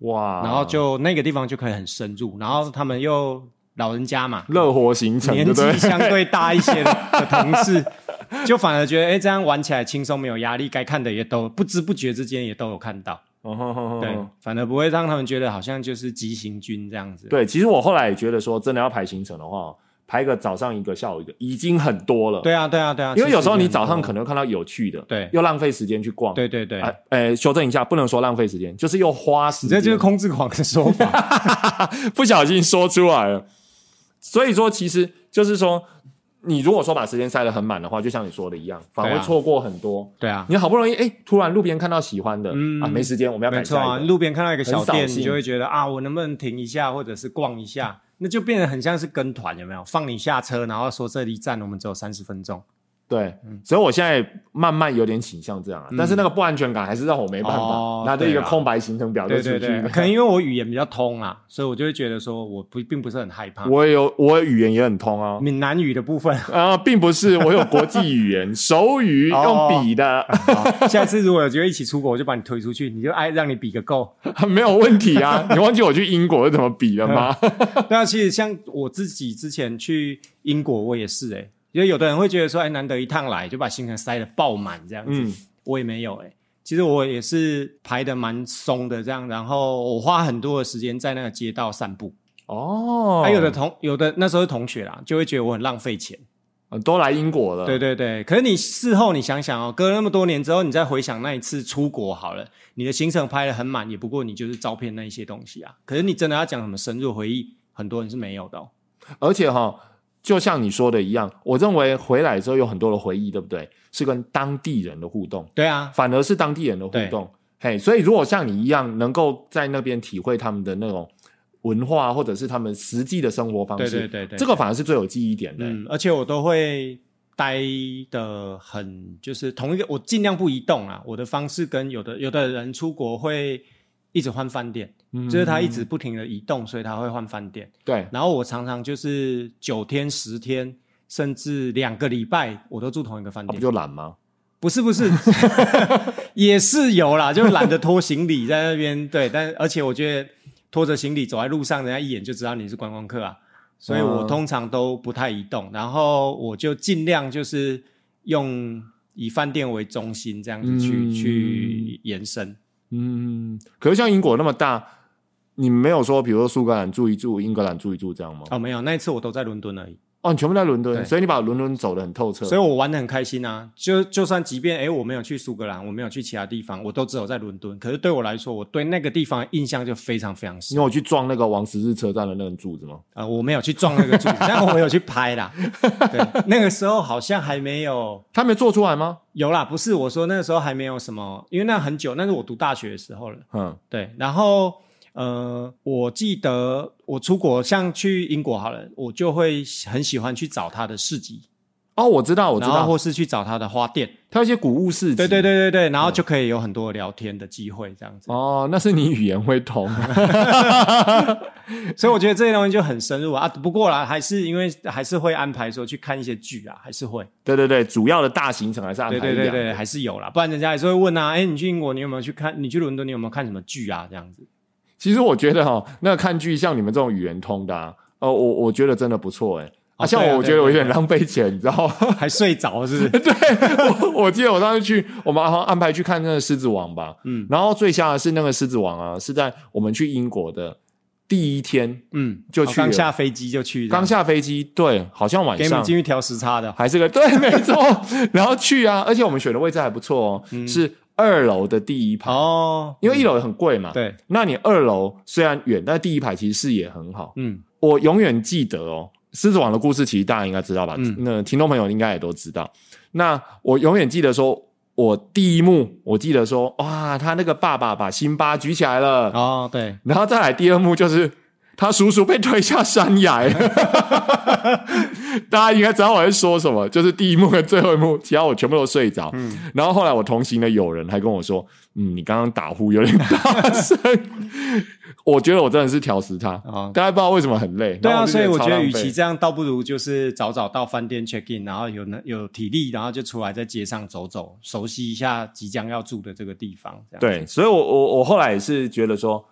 S1: 哇，
S2: 然后就那个地方就可以很深入，然后他们又老人家嘛，
S1: 热火形成， 对
S2: 年
S1: 不对
S2: 纪？相对大一些的的同事， 就反而觉得哎、诶这样玩起来轻松，没有压力，该看的也都不知不觉之间也都有看到，
S1: 哦吼吼吼
S2: 对，反而不会让他们觉得好像就是急行军这样子。
S1: 对，其实我后来也觉得说，真的要排行程的话，排个早上一个，下午一个，已经很多了。
S2: 对啊，对啊，对啊，
S1: 因为有时候你早上
S2: 能
S1: 可能看到有趣的，
S2: 对
S1: 又浪费时间去逛。
S2: 对对对，
S1: 啊，呃，修正一下，不能说浪费时间，就是又花时
S2: 你
S1: 间，
S2: 这就是控制狂的说 法。
S1: 不小心说出来了。所以说，其实就是说，你如果说把时间塞得很满的话，就像你说的一样，反而
S2: 对
S1: 会
S2: 啊
S1: 错过很多。
S2: 对啊，
S1: 你好不容易哎，突然路边看到喜欢的、
S2: 嗯
S1: 啊，没时间，我们要
S2: 没
S1: 赶
S2: 错
S1: 下
S2: 啊，
S1: 一个。
S2: 路边看到一个小
S1: 很扫
S2: 店，
S1: 兴
S2: 你就会觉得啊，我能不能停一下，或者是逛一下？那就变得很像是跟团，有没有？放你下车，然后说这一站我们只有三十分钟，
S1: 对，所以我现在慢慢有点倾向这样、啊，但是那个不安全感还是让我没办法、
S2: 哦
S1: 拿着一个
S2: 对啊
S1: 空白行程表就
S2: 对
S1: 出去。
S2: 对 对，可能因为我语言比较通啊，所以我就会觉得说我不并不是很害怕。
S1: 我也有我语言也很通啊，
S2: 闽南语的部分，
S1: 啊、并不是我有国际语言，手语用
S2: 哦
S1: 笔的、
S2: 好下次如果有机会一起出国，我就把你推出去，你就爱让你比个够。
S1: 没有问题啊。你忘记我去英国是怎么比了吗？
S2: 对啊，其实像我自己之前去英国，我也是哎、欸，因为有的人会觉得说，哎，难得一趟来，就把行程塞得爆满这样 子，
S1: 嗯
S2: 我也没有哎、欸。其实我也是排的蛮松的这样，然后我花很多的时间在那个街道散步。
S1: 哦，
S2: 还、有的同有的那时候是同学啦，就会觉得我很浪费钱。
S1: 呃都来英国了，
S2: 对对对，可是你事后你想想哦，隔了那么多年之后，你再回想那一次出国好了，你的行程拍的很满，也不过你就是照片那一些东西啊。可是你真的要讲什么深入回忆，很多人是没有的、哦。
S1: 而且哈、就像你说的一样，我认为回来之后有很多的回忆，对不对？是跟当地人的互动，
S2: 对啊，
S1: 反而是当地人的互动。嘿，所以如果像你一样，能够在那边体会他们的那种文化，或者是他们实际的生活方
S2: 对
S1: 式，
S2: 对对对，
S1: 这个反而是最有记忆点的、
S2: 嗯，而且我都会待的很，就是同一个，我尽量不移动啊。我的方式跟有的有的人出国会一直换饭店，
S1: 嗯
S2: 就是他一直不停的移动，所以他会换饭店。
S1: 对
S2: 然后我常常就是九天、十天，甚至两个礼拜，我都住同一个饭
S1: 啊、不
S2: 店。
S1: 就懒吗？
S2: 哦不是不是， 也是有啦，就懒得拖行李在那边。对，但而且我觉得拖着行李走在路上，人家一眼就知道你是观光客啊，所以我
S1: 嗯
S2: 通常都不太移动，然后我就尽量就是用以饭店为中心这样子去、
S1: 嗯
S2: 去延伸。
S1: 嗯，可是像英国那么大，你没有说，比如说苏格兰住一住，英格兰住一住这样吗？
S2: 哦，没有，那一次我都在伦敦而已，
S1: 哦，你全部在伦敦，
S2: 对
S1: 所以你把伦敦走得很透彻。
S2: 所以我玩的很开心啊。就就算即便诶我没有去苏格兰，我没有去其他地方，我都只有在伦敦。可是对我来说，我对那个地方的印象就非常非常深
S1: 你。有去撞那个王十字车站的那根柱子吗？
S2: 呃，我没有去撞那个柱 子，但我有去拍啦。对，那个时候好像还没有，
S1: 他没做出来吗？
S2: 有啦，不是我说那个时候还没有什么，因为那很久，那是我读大学的时候了。
S1: 嗯，
S2: 对，然后呃，我记得我出国，像去英国好了，我就会很喜欢去找他的市集，
S1: 哦，我知道，我知
S2: 然后
S1: 道，
S2: 或是去找他的花店。
S1: 他有一些古物市集。
S2: 对对。对对对，然后就可以有很多聊天的机会，这样子。
S1: 哦，那是你语言会通。嗯
S2: 所以我觉得这些东西就很深入啊。啊不过啦，还是因为还是会安排说去看一些剧啊，还是会。
S1: 对对对，主要的大行程还是安排
S2: 对
S1: 一
S2: 对
S1: 两
S2: 对
S1: 个
S2: 对，还是有啦，不然人家还是会问啊，哎，你去英国你有没有去看？你去伦敦你有没有看什么剧啊？这样子，
S1: 其实我觉得哈、哦，那个看剧像你们这种语言通的、啊，哦，我我觉得真的不错哎。啊，
S2: 哦
S1: 像
S2: 对啊
S1: 我，我觉
S2: 对
S1: 得
S2: 啊
S1: 我有点浪费钱，你 知道吗？
S2: 还睡着是不 是？
S1: 我记得我当时去，我们好像安排去看那个《狮子王》吧，嗯
S2: 嗯，
S1: 然后最瞎的是那个《狮子王》啊，是在我们去英国的第一天，
S2: 嗯，
S1: 就
S2: 好
S1: 去了
S2: 刚下飞机就去这样，
S1: 刚下飞机，对，好像晚
S2: 给你们
S1: 上
S2: 进去调时差的，
S1: 还是个对，没错， 然后去啊，而且我们选的位置还不错哦，
S2: 嗯
S1: 是二楼的第一排，
S2: 哦，
S1: 因为一楼很贵嘛，，
S2: 对，
S1: 那你二楼虽然远，但第一排其实视野很好。
S2: 嗯，
S1: 我永远记得哦，狮子王的故事其实大家应该知道吧？
S2: 嗯
S1: 那听众朋友应该也都知道。那我永远记得说，我第一幕我记得说，哇，他那个爸爸把辛巴举起来了，
S2: 哦，对，
S1: 然后再来第二幕就是他叔叔被推下山崖 了，大家应该知道我在说什么，就是第一幕跟最后一幕，其他我全部都睡着。
S2: 嗯
S1: 然后后来我同行的友人还跟我说：“嗯，你刚刚打呼有点大声。” 我觉得我真的是调食他，
S2: 哦，
S1: 大家不知道为什么很累。
S2: 对
S1: 然后
S2: 啊，
S1: 就
S2: 所以我觉
S1: 超浪
S2: 得，
S1: 费
S2: 与其这样，倒不如就是早早到饭店 check in，然后有能有体力，然后就出来在街上走走，熟悉一下即将要住的这个地方。这样
S1: 对，所以我我我后来也是觉得说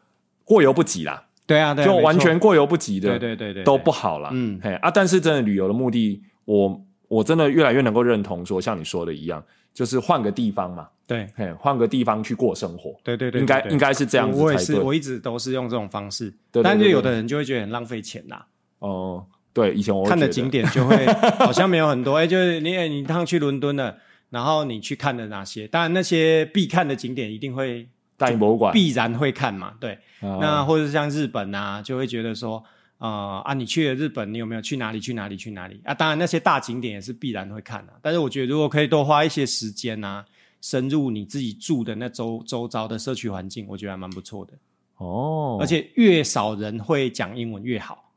S1: 过犹不及啦，
S2: 对啊，对啊，
S1: 就
S2: 没错
S1: 完全过犹不及的，
S2: 对对对对
S1: 都不好啦。嗯
S2: 嗯，
S1: 嘿啊，但是真的旅游的目的，我我真的越来越能够认同说，像你说的一样，就是换个地方嘛，
S2: 对
S1: 嘿，换个地方去过生活，
S2: 对对对，
S1: 应该
S2: 对对
S1: 应该是这样
S2: 我
S1: 子
S2: 也
S1: 才
S2: 是，
S1: 对。
S2: 我一直都是用这种方式，
S1: 对对
S2: 但是
S1: 对
S2: 有的人就会觉得很浪费钱呐、
S1: 哦、对，以前我会
S2: 看的
S1: 觉得
S2: 景，点就会好像没有很多，哎、就是你哎你一趟去伦敦了，然后你去看了哪些？当然那些必看的景点一定会
S1: 大英博物馆，
S2: 必然会看嘛，对。
S1: 啊
S2: 那或者是像日本啊，就会觉得说，呃啊，你去了日本，你有没有去哪里？去哪里？去哪里？啊，当然那些大景点也是必然会看啊。但是我觉得如果可以多花一些时间啊，深入你自己住的那周周遭的社区环境，我觉得还蛮不错的。
S1: 哦，
S2: 而且越少人会讲英文越好，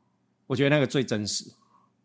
S2: 我觉得那个最真实。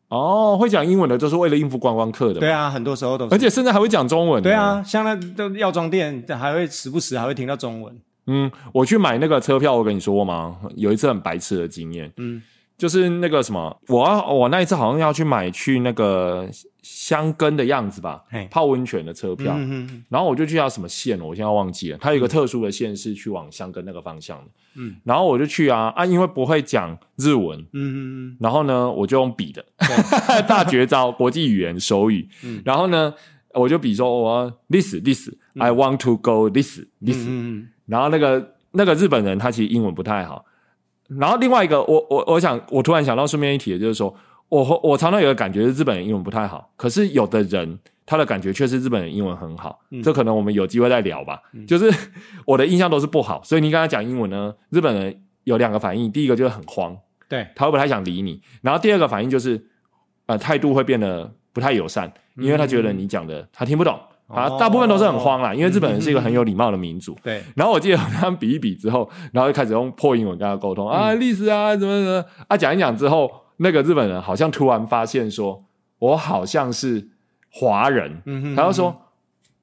S1: 哦，会讲英文的，就是为了应付观光客的嘛，
S2: 对啊，很多时候都是。
S1: 而且甚至还会讲中文，
S2: 对。啊，像那的药妆店还会时不时还会听到中文。
S1: 嗯，我去买那个车票，我跟你说吗？有一次很白痴的经验，
S2: 嗯，
S1: 就是那个什么，我要我那一次好像要去买去那个香根的样子吧
S2: 嘿，
S1: 泡温泉的车票，
S2: 嗯哼哼，
S1: 然后我就去到什么县了，我现在忘记了，它有一个特殊的县是去往香根那个方向的，
S2: 嗯，
S1: 然后我就去啊啊，因为不会讲日文，
S2: 嗯嗯
S1: 然后呢，我就用比的， 大绝招，国际语言手语。
S2: 嗯
S1: 然后呢，我就比说，我要 this this、I want to go this this、
S2: 嗯嗯
S1: 然后那个那个日本人他其实英文不太好。然后另外一个，我我我想，我突然想到顺便一提的就是说，我我常常有个感觉是日本人英文不太好，可是有的人他的感觉却是日本人英文很好，
S2: 嗯
S1: 这可能我们有机会再聊吧。就是 我的印象都是不好，所以你跟他讲英文呢，日本人有两个反应，第一个就是很慌，
S2: 对，
S1: 他会不太想理你。然后第二个反应就是，呃，态度会变得不太友善，因为他觉得你讲的他听不懂啊。
S2: 哦
S1: 大部分都是很慌啦，因为日本人是一个很有礼貌的民族。
S2: 对，
S1: 然后我记得他们比一比之后，然后就开始用破英文跟他沟通
S2: 嗯
S1: 啊，历史啊，怎么怎么啊，讲一讲之后，那个日本人好像突然发现说，我好像是华人，
S2: 嗯哼，
S1: 他就说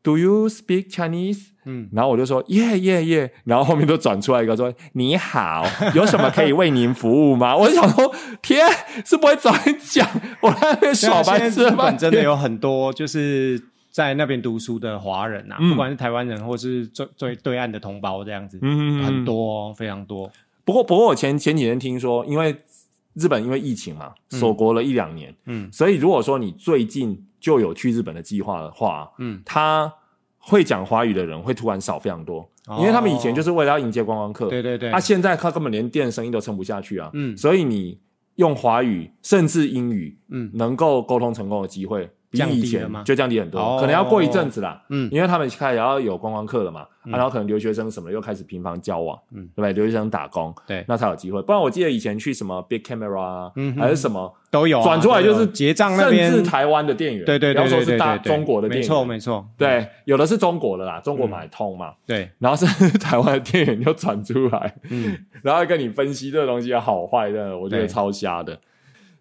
S1: ，Do you speak Chinese？
S2: 嗯，
S1: 然后我就说耶耶耶，然后后面就转出来一个说你好，有什么可以为您服务吗？我就想说天是不会早点讲，我在那边
S2: 对
S1: 耍
S2: 啊
S1: 白
S2: 现
S1: 痴
S2: 在
S1: 了
S2: 日
S1: 半
S2: 本
S1: 天
S2: 真的有很多就是在那边读书的华人啊，
S1: 嗯
S2: 不管是台湾人或是最最对岸的同胞这样子，
S1: 嗯嗯
S2: 很
S1: 嗯。
S2: 多、哦、非常多。
S1: 不过不过我前前几天听说，因为日本因为疫情嘛，锁国了一两年，
S2: 嗯
S1: 所以如果说你最近就有去日本的计划的话，
S2: 嗯，、
S1: 他会讲华语的人会突然少非常多，嗯因为他们以前就是是为了要迎接观光客，
S2: 哦对对对，
S1: 啊，现在他根本连店生意都撑不下去啊，
S2: 嗯
S1: 所以你用华语甚至英语
S2: 嗯
S1: 能够沟通成功的机会，比
S2: 降低
S1: 以
S2: 了
S1: 前
S2: 吗
S1: 就降低很多，
S2: 哦
S1: 可能要过一阵子啦，
S2: 嗯
S1: 因为他们开始要有观光客了嘛，啊、然后可能留学生什么的又开始频繁交往，
S2: 嗯
S1: 对不对？留学生打工，
S2: 对
S1: 那才有机会。不然我记得以前去什么 Big Camera 啊，
S2: 嗯哼
S1: 还是什么，
S2: 都有啊
S1: 转出来就
S2: 都
S1: 是
S2: 有结账那边，
S1: 甚至台湾的店员，
S2: 对对
S1: 不要
S2: 对
S1: 说
S2: 对
S1: 是
S2: 对
S1: 大
S2: 对，
S1: 中国的店
S2: 没
S1: 员，
S2: 错嗯没错，
S1: 对，有的是中国的啦，中国买通嘛，
S2: 对，
S1: 然后甚至台湾的店员就转出来，
S2: 嗯
S1: 然后跟你分析这个东西的好坏，真的我觉得
S2: 对
S1: 超瞎的。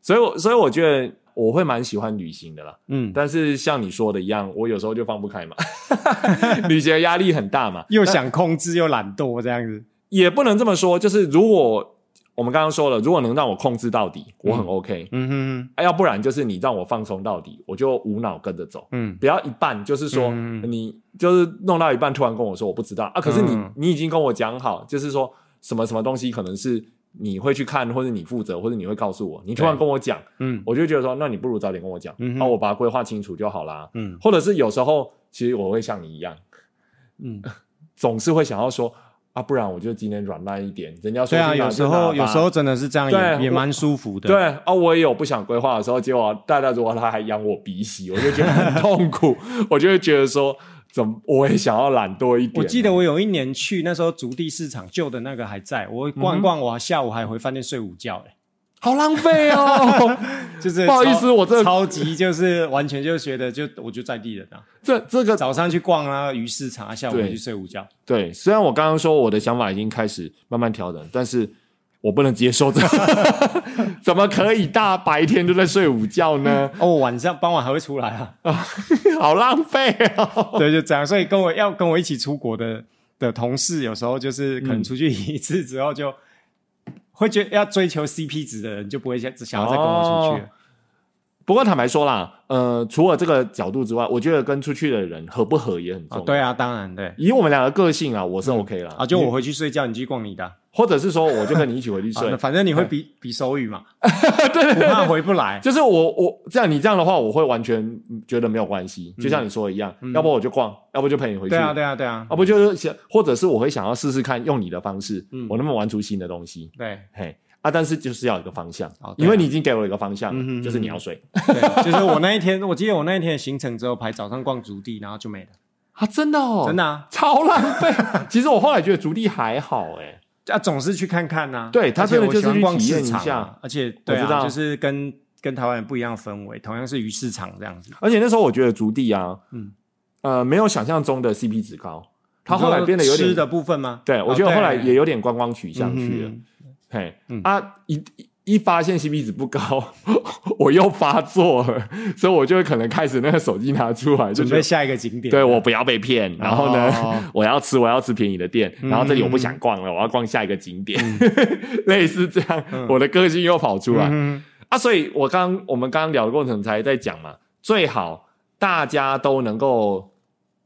S1: 所以我，所以我觉得我会蛮喜欢旅行的啦。
S2: 嗯，
S1: 但是像你说的一样，我有时候就放不 开嘛，旅行的压力很大嘛，
S2: 又想控制又懒惰这样子，
S1: 也不能这么说。就是如果我们刚刚说了，如果能让我控制到底，我很 OK；、
S2: 嗯哼哼，
S1: 啊要不然就是你让我放松到底，我就无脑跟着走。
S2: 嗯
S1: 不要一半，就是说、
S2: 嗯
S1: 你就是弄到一半，突然跟我说我不知道啊，可是你、
S2: 嗯
S1: 你已经跟我讲好，就是说什么什么东西可能是你会去看，或者你负责，或者你会告诉我，你突然
S2: 对
S1: 跟我讲，
S2: 嗯
S1: 我就觉得说，那你不如早点跟我讲，那、啊
S2: 嗯哼
S1: 我把它规划清楚就好啦。
S2: 嗯
S1: 或者是有时候，其实我会像你一样，
S2: 嗯，
S1: 总是会想要说啊，不然我就今天软烂一点，人家说
S2: 对啊，
S1: 去哪
S2: 有
S1: 就
S2: 时
S1: 哪
S2: 候
S1: 吧
S2: 有时候真的是这样，
S1: 对
S2: 也也
S1: 我
S2: 蛮舒服的，
S1: 对啊，我也有不想规划的时候，结果大家如果他还养我鼻息，我就觉得很痛 苦，我就会觉得说，怎么我也想要懒惰一点。
S2: 我记得我有一年
S1: 嗯
S2: 去，那时候竹地市场旧的那个还在，我逛一逛，我下午还回饭店睡午觉、欸，
S1: 好浪费哦！
S2: 就是
S1: 不好意
S2: 超
S1: 思我真的
S2: 超级就是完全就学的就我就在地人啊，
S1: 这这个
S2: 早上去逛啊鱼市场啊，下午
S1: 对
S2: 回去睡午觉。
S1: 对，虽然我刚刚说我的想法已经开始慢慢调整，但是我不能接受这， 怎么可以大白天就在睡午觉呢？
S2: 哦，我晚上傍晚还会出来啊，
S1: 好浪费哦！
S2: 对，就这样。所以跟我要跟我一起出国的的同事，有时候就是可能出去一次之后就。会觉要追求 CP 值的人，就不会想想要再跟我出去了。
S1: 不过坦白说啦，呃，除了这个角度之外，我觉得跟出去的人合不合也很重
S2: 哦
S1: 要。，
S2: 对啊，当然对
S1: 以我们两个个性啊，我是 OK 啦。
S2: 啊，就我回去睡觉，你去逛你的啊，
S1: 或者是说，我就跟你一起回去
S2: 啊那
S1: 睡。
S2: 反正你会比比手 语嘛，对对，怕回不来。
S1: 就是我我这样你这样的话，我会完全
S2: 嗯
S1: 觉得没有关系，就像你说的一样，要不我就逛，要不就陪你回去。
S2: 对啊，对啊，对啊，
S1: 啊，不就是想，或者是我会想要试试看，用你的方式，
S2: 嗯
S1: 我能不能玩出新的东西？
S2: 对
S1: 嘿，啊，但是就是要有一个方向，
S2: 哦对啊
S1: 因为你已经给我一个方向了，
S2: 嗯哼
S1: 就是你要睡
S2: 对，就是我那一天，我记得我那一天的行程只有排早上逛竹地，然后就没了，
S1: 啊，真的哦，
S2: 真的啊，
S1: 超浪 费。其实我后来觉得竹地还好、欸，
S2: 啊总是去看看呐、
S1: 对他
S2: 而且
S1: 真的
S2: 我
S1: 就是
S2: 喜欢
S1: 去
S2: 逛
S1: 体
S2: 市
S1: 验一
S2: 场啊
S1: 下
S2: 而且对
S1: 我知道
S2: 啊，就是跟跟台湾人不一样的氛围，同样是鱼市场这样子，
S1: 而且那时候我觉得竹地啊，
S2: 嗯
S1: 呃，没有想象中的 CP 值高，它后来变得有
S2: 你说吃
S1: 点，
S2: 的部分吗？
S1: 对我
S2: 哦
S1: 觉得后来
S2: 对
S1: 也有点观光取向去了，
S2: 嗯
S1: 嘿，
S2: 嗯
S1: 啊，一一一发现 CP 值不高， 我又发作了，所以我就可能开始那个手机拿出来，就
S2: 准
S1: 觉
S2: 备
S1: 得
S2: 下一个景点，
S1: 对我不要被骗，然后呢，
S2: 哦 嗯
S1: 我要吃我要吃便宜的店，然后这里我不想逛了，我要逛下一个景点， 类似这样， 我的个性又跑出来、
S2: 嗯
S1: 啊，所以我刚我们刚刚聊的过程才在讲嘛，最好大家都能够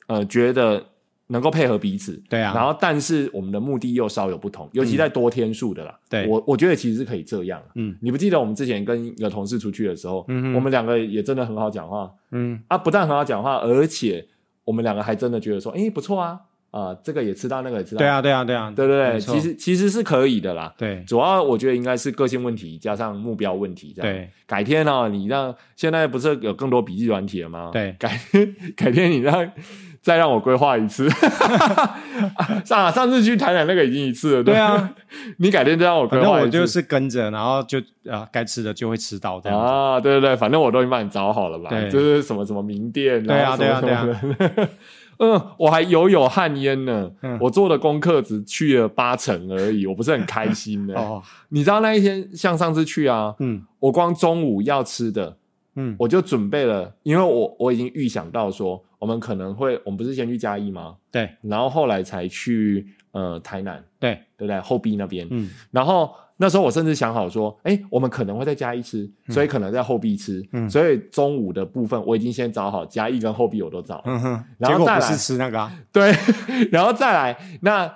S1: 呃觉得能够配合彼此，
S2: 对啊，
S1: 然后，但是我们的目的又稍有不同，尤其在多天数的啦。
S2: 嗯对
S1: 我我觉得其实是可以这样。啊
S2: 嗯
S1: 你不记得我们之前跟一个同事出去的时候，
S2: 嗯哼
S1: 我们两个也真的很好讲话
S2: 嗯
S1: 啊，不但很好讲话，而且我们两个还真的觉得说，诶，不错啊，啊、这个也吃到，那个也吃到，
S2: 对，啊对啊对啊，
S1: 对不对？
S2: 没错
S1: 其实其实是可以的啦。
S2: 对
S1: 主要我觉得应该是个性问题加上目标问题，这样
S2: 对
S1: 改天哦，你让现在不是有更多笔记软体了吗？
S2: 对
S1: 改 改天你让再让我规划一次。 啊上、上次去台南那个已经一次了，
S2: 对
S1: 吧，
S2: 啊，
S1: 你改天再让我规
S2: 反正
S1: 划一次。
S2: 我就是跟着，然后就啊该吃的就会吃到这样子。
S1: 啊，对对对，反正我都已经帮你找好了嘛，
S2: 对
S1: 就是什么什么名店，
S2: 对啊
S1: 然后什么什么的嗯，我还犹有汗烟呢。
S2: 嗯
S1: 我做的功课只去了八成而已，我不是很开心呢。
S2: 哦，
S1: 你知道那一天，像上次去啊，
S2: 嗯
S1: 我光中午要吃的，
S2: 嗯，
S1: 我就准备了，因为我我已经预想到说，我们可能会，我们不是先去嘉义吗？
S2: 对
S1: 然后后来才去呃台南，
S2: 对，
S1: 对不对？后壁那边。
S2: 嗯
S1: 然后那时候我甚至想好说，哎，我们可能会在嘉义吃，所以可能在后壁吃。
S2: 嗯
S1: 所以中午的部分我已经先找好嘉义跟后壁，我都找。
S2: 嗯哼，
S1: 然
S2: 结
S1: 后
S2: 果
S1: 再
S2: 不
S1: 来
S2: 是吃那个啊，
S1: 对， 然后再来那。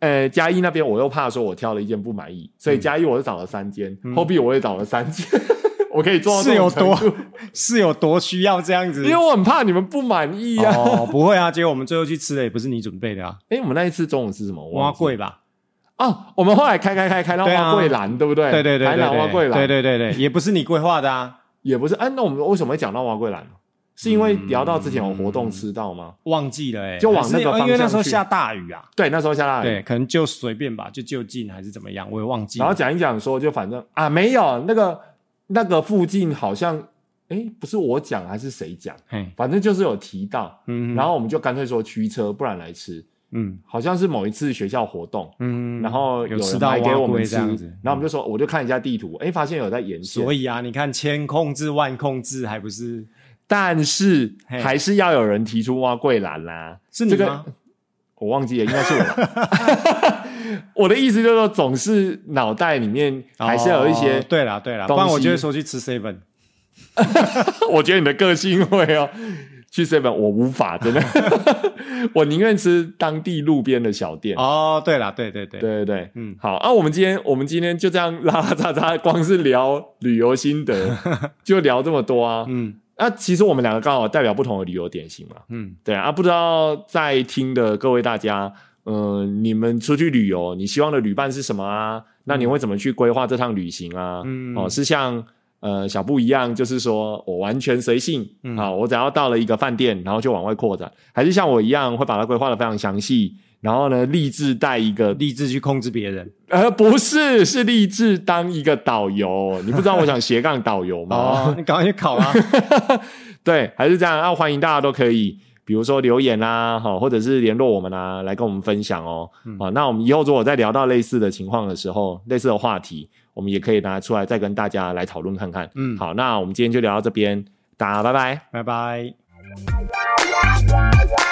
S1: 呃，嘉义那边我又怕说我挑了一间不满意，所
S2: 嗯
S1: 以嘉义我就找了三间，后壁我也找了三间， 我可以做到这
S2: 是
S1: 种
S2: 有
S1: 程
S2: 多
S1: 度
S2: 是有多需要这样子
S1: 啊因为？我很怕你们不满意啊。
S2: 哦，不会啊，结果我们最后去吃的也不是你准备的啊，
S1: 哎、我们那一次中午吃什么？我
S2: 蛙
S1: 忘记
S2: 贵吧？
S1: 哦，我们后来开开开开到
S2: 对啊
S1: 花桂兰，对不对？
S2: 对对对
S1: 哎台
S2: 对
S1: 南花桂
S2: 对，
S1: 兰，
S2: 对对对对，也不是你规划的啊，
S1: 也不是。哎、那我们为什么会讲到花桂兰？是因为聊到之前有活动吃到吗？
S2: 忘记了哎，
S1: 就往那个方
S2: 还是
S1: 向
S2: 因为那时候
S1: 去哎
S2: 下大雨啊，
S1: 对，那时候下大雨，
S2: 对，可能就随便吧，就就近还是怎么样，我也忘记
S1: 然后
S2: 了。
S1: 讲一讲说，就反正啊，没有那个那个附近好像，哎、不是我讲还是谁讲，
S2: 嘿，
S1: 反正就是有提到，
S2: 嗯，
S1: 然后我们就干脆说驱车，不然来吃。
S2: 嗯
S1: 好像是某一次学校活动，
S2: 嗯，
S1: 然后
S2: 有
S1: 人
S2: 吃到
S1: 买给
S2: 蛙
S1: 我们
S2: 龟
S1: 吃，
S2: 这样子
S1: 然，后我们就说，我就看一下地图，哎，发现有在沿线，
S2: 所以啊，你看千控制万控制，还不是
S1: 但是
S2: 嘿
S1: 还是要有人提出挖桂兰啦、
S2: 是你
S1: 这个
S2: 吗？
S1: 我忘记了，应该是我。我的 意思就是说，总是脑袋里面还是有一些
S2: 哦。对啦对啦，不
S1: 东西
S2: 然我就会说去吃 seven。
S1: 我觉得你的个性会哦，去 seven 我无法，真 的，我宁愿吃当地路边的小店。
S2: 哦，对啦对对对，
S1: 对对对，
S2: 嗯
S1: 好啊，我们今天我们今天就这样拉拉杂杂，光是聊旅游心得 就聊这么多啊。
S2: 嗯
S1: 那、其实我们两个刚好代表不同的旅游典型嘛。
S2: 嗯，
S1: 对啊，不知道在听的各位大家，嗯、你们出去旅游，你希望的旅伴是什么啊？那你会怎么去规划这趟旅行啊？
S2: 嗯
S1: 哦，是像呃小布一样，就是说我完全随性、
S2: 嗯
S1: 啊，我只要到了一个饭店，然后就往外扩展，还是像我一样会把它规划的非常详细，然后呢，立志带一个，
S2: 立志去控制别人。
S1: 呃，不是，是立志当一个导游。你不知道我想 斜杠导游吗？
S2: 哦，你赶快去考 啊！
S1: 对，还是这样啊，欢迎大家都可以，比如说留言啦，哈，或者是联络我们啊，来跟我们分享哦。啊、那我们以后如果再聊到类似的情况的时候，类似的话题，我们也可以拿出来再跟大家来讨论看看。
S2: 嗯，，
S1: 好，那我们今天就聊到这边，大家拜拜。
S2: 拜拜。
S3: Yeah.